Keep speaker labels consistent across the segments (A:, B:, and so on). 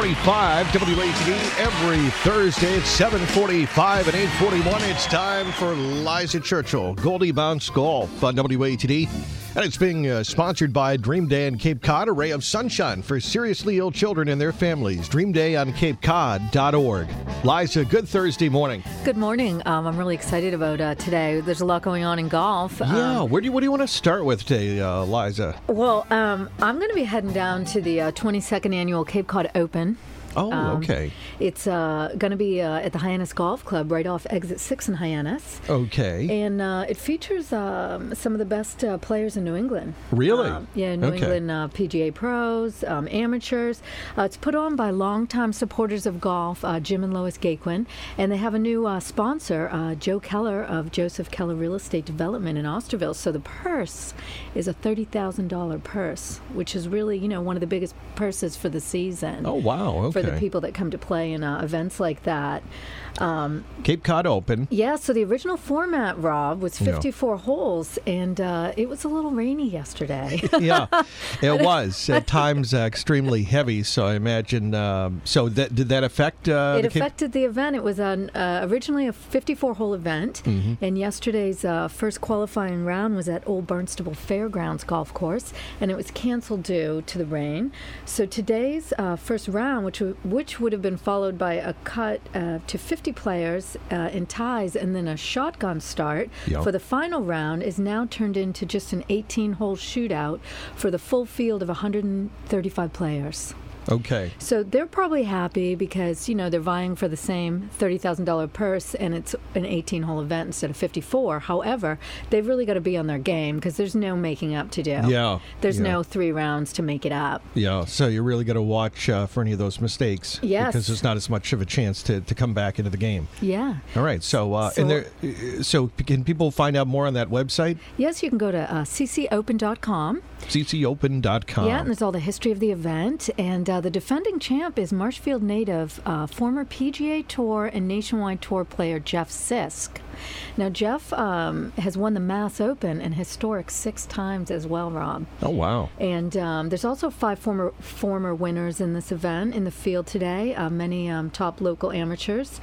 A: 745 WATD E every Thursday at 745 and 841. It's time for Liza Churchill, Goldie Bounce Golf on WATD. And it's being uh, sponsored by Dream Day in Cape Cod, a ray of sunshine for seriously ill children and their families. DreamDayOnCapeCod.org. Liza, good Thursday morning.
B: Good morning. Um, I'm really excited about uh, today. There's a lot going on in golf. Um,
A: yeah, where do you, what do you want to start with today, uh, Liza?
B: well, um, I'm going to be heading down to the uh, 22nd annual Cape Cod Open.
A: Oh,
B: Um,
A: okay.
B: It's uh, going to be uh, at the Hyannis Golf Club right off Exit 6 in Hyannis.
A: Okay.
B: And uh, it features um, some of the best uh, players in New England.
A: Really?
B: Um, yeah, New
A: Okay.
B: England uh, PGA pros, um, amateurs. Uh, it's put on by longtime supporters of golf, uh, Jim and Lois Gaquin, and they have a new uh, sponsor, uh, Joe Keller of Joseph Keller Real Estate Development in Osterville. So the purse is a thirty thousand dollar purse, which is really you know one of the biggest purses for the season.
A: Oh, wow. Okay.
B: For the people that come to play in uh, events like that. Um,
A: Cape Cod Open.
B: yeah, so the original format, Rob, was
A: Yeah.
B: 54 holes, and uh, it was a little rainy yesterday.
A: yeah, it was at times uh, extremely heavy. So I imagine. Um, so that did that affect? Uh,
B: it
A: the Cape-
B: affected the event. It was an, uh, originally a 54 hole event,
A: Mm-hmm.
B: and yesterday's uh, first qualifying round was at Old Barnstable Fairgrounds Golf Course, and it was canceled due to the rain. So today's uh, first round, which w- which would have been followed by a cut uh, to 50 players uh, in ties, and then a shotgun start
A: Yeah.
B: for the final round, is now turned into just an 18 hole shootout for the full field of 135 players.
A: okay.
B: So they're probably happy because you know they're vying for the same thirty thousand dollar purse, and it's an eighteen hole event instead of fifty four. However, they've really got to be on their game because there's no making up to do.
A: Yeah,
B: there's
A: yeah.
B: no three rounds to make it up.
A: Yeah. So you're really going to watch uh, for any of those mistakes.
B: Yes.
A: Because there's not as much of a chance to, to come back into the game.
B: Yeah.
A: All right. So uh, and
B: So-
A: there. uh, So can people find out more on that website?
B: Yes, you can go to uh, ccopen.com.
A: ccopen.com.
B: Yeah, and there's all the history of the event. And uh, the defending champ is Marshfield native, uh, former PGA Tour and nationwide tour player Jeff Sisk. Now, Jeff um, has won the Mass Open an historic six times as well, Rob.
A: oh wow.
B: And um, there's also five former former winners in this event in the field today. Uh, many um, top local amateurs.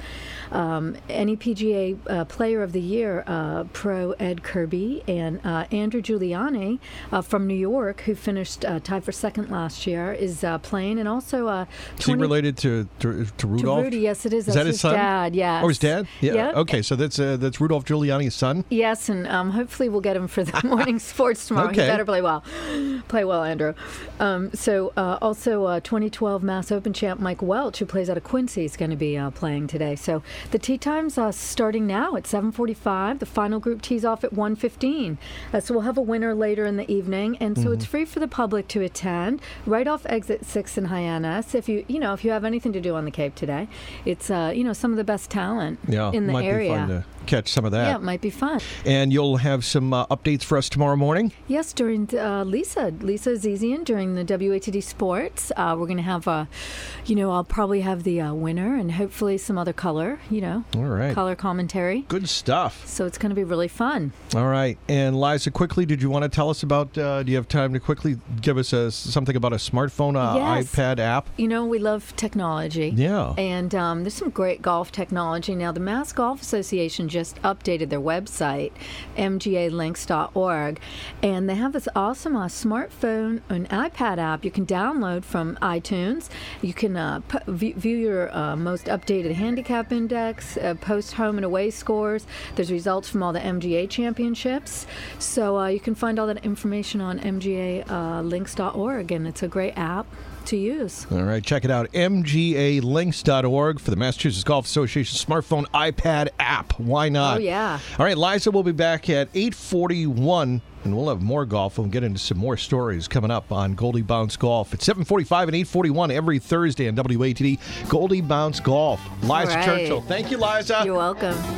B: Um, NEPGA uh, Player of the Year uh, pro Ed Kirby and uh, Andrew Giuliani uh, from New York, who finished uh, tied for second last year, is uh, playing. And also, uh,
A: Is he
B: 20
A: related to to, to
B: to
A: Rudolph?
B: Rudy, yes, it is.
A: Is
B: That's
A: that his, son?
B: dad. Yes.
A: Oh, his dad? Yeah.
B: Yep.
A: Okay, so that's uh, that's Rudolph Giuliani's son.
B: Yes, and um, hopefully we'll get him for the morning sports tomorrow.
A: Okay.
B: He better play well. Play well, Andrew. Um, so, uh, also uh, 2012 Mass Open champ Mike Welch, who plays out of Quincy, is going to be uh, playing today. So the tee times uh, starting now at 7:45. The final group tees off at 1:15. Uh, so we'll have a winner later in the evening, and so it's free for the public to attend right off exit six in Hyannis. If you you know if you have anything to do on the Cape today, it's uh, you know some of the best talent
A: Yeah.
B: in the
A: might
B: area.
A: be fun to catch some of that.
B: yeah, it might be fun.
A: And you'll have some uh, updates for us tomorrow morning.
B: Yes, during uh, Lisa, Lisa Zizian during the WATD Sports, uh, we're going to have, uh, you know, I'll probably have the uh, winner and hopefully some other color, you know,
A: All right.
B: color commentary.
A: Good stuff.
B: So it's going to be really fun.
A: All right. And Liza, quickly, did you want to tell us about? Uh, do you have time to quickly give us a, something about a smartphone, uh,
B: Yes.
A: iPad app?
B: You know, we love technology.
A: Yeah.
B: And um, there's some great golf technology. Now, the Mass Golf Association just updated their website, mgalinks.org, and they have this awesome uh, smartphone and iPad app you can download from iTunes. You can uh, pu- view, view your uh, most updated handicap index, uh, post home and away scores. There's results from all the MGA championships. So uh, you can find all that information on uh, mgalinks.org, and it's a great app to use.
A: All right. Check it out. MGAlinks.org for the Massachusetts Golf Association smartphone iPad app. Why not?
B: Oh, yeah.
A: All right, Liza will be back at 841, and we'll have more golf. We'll get into some more stories coming up on Goldie Bounce Golf at 745 and 841 every Thursday on WATD. Goldie Bounce Golf. Liza
B: right.
A: Churchill. Thank you, Liza.
B: You're welcome.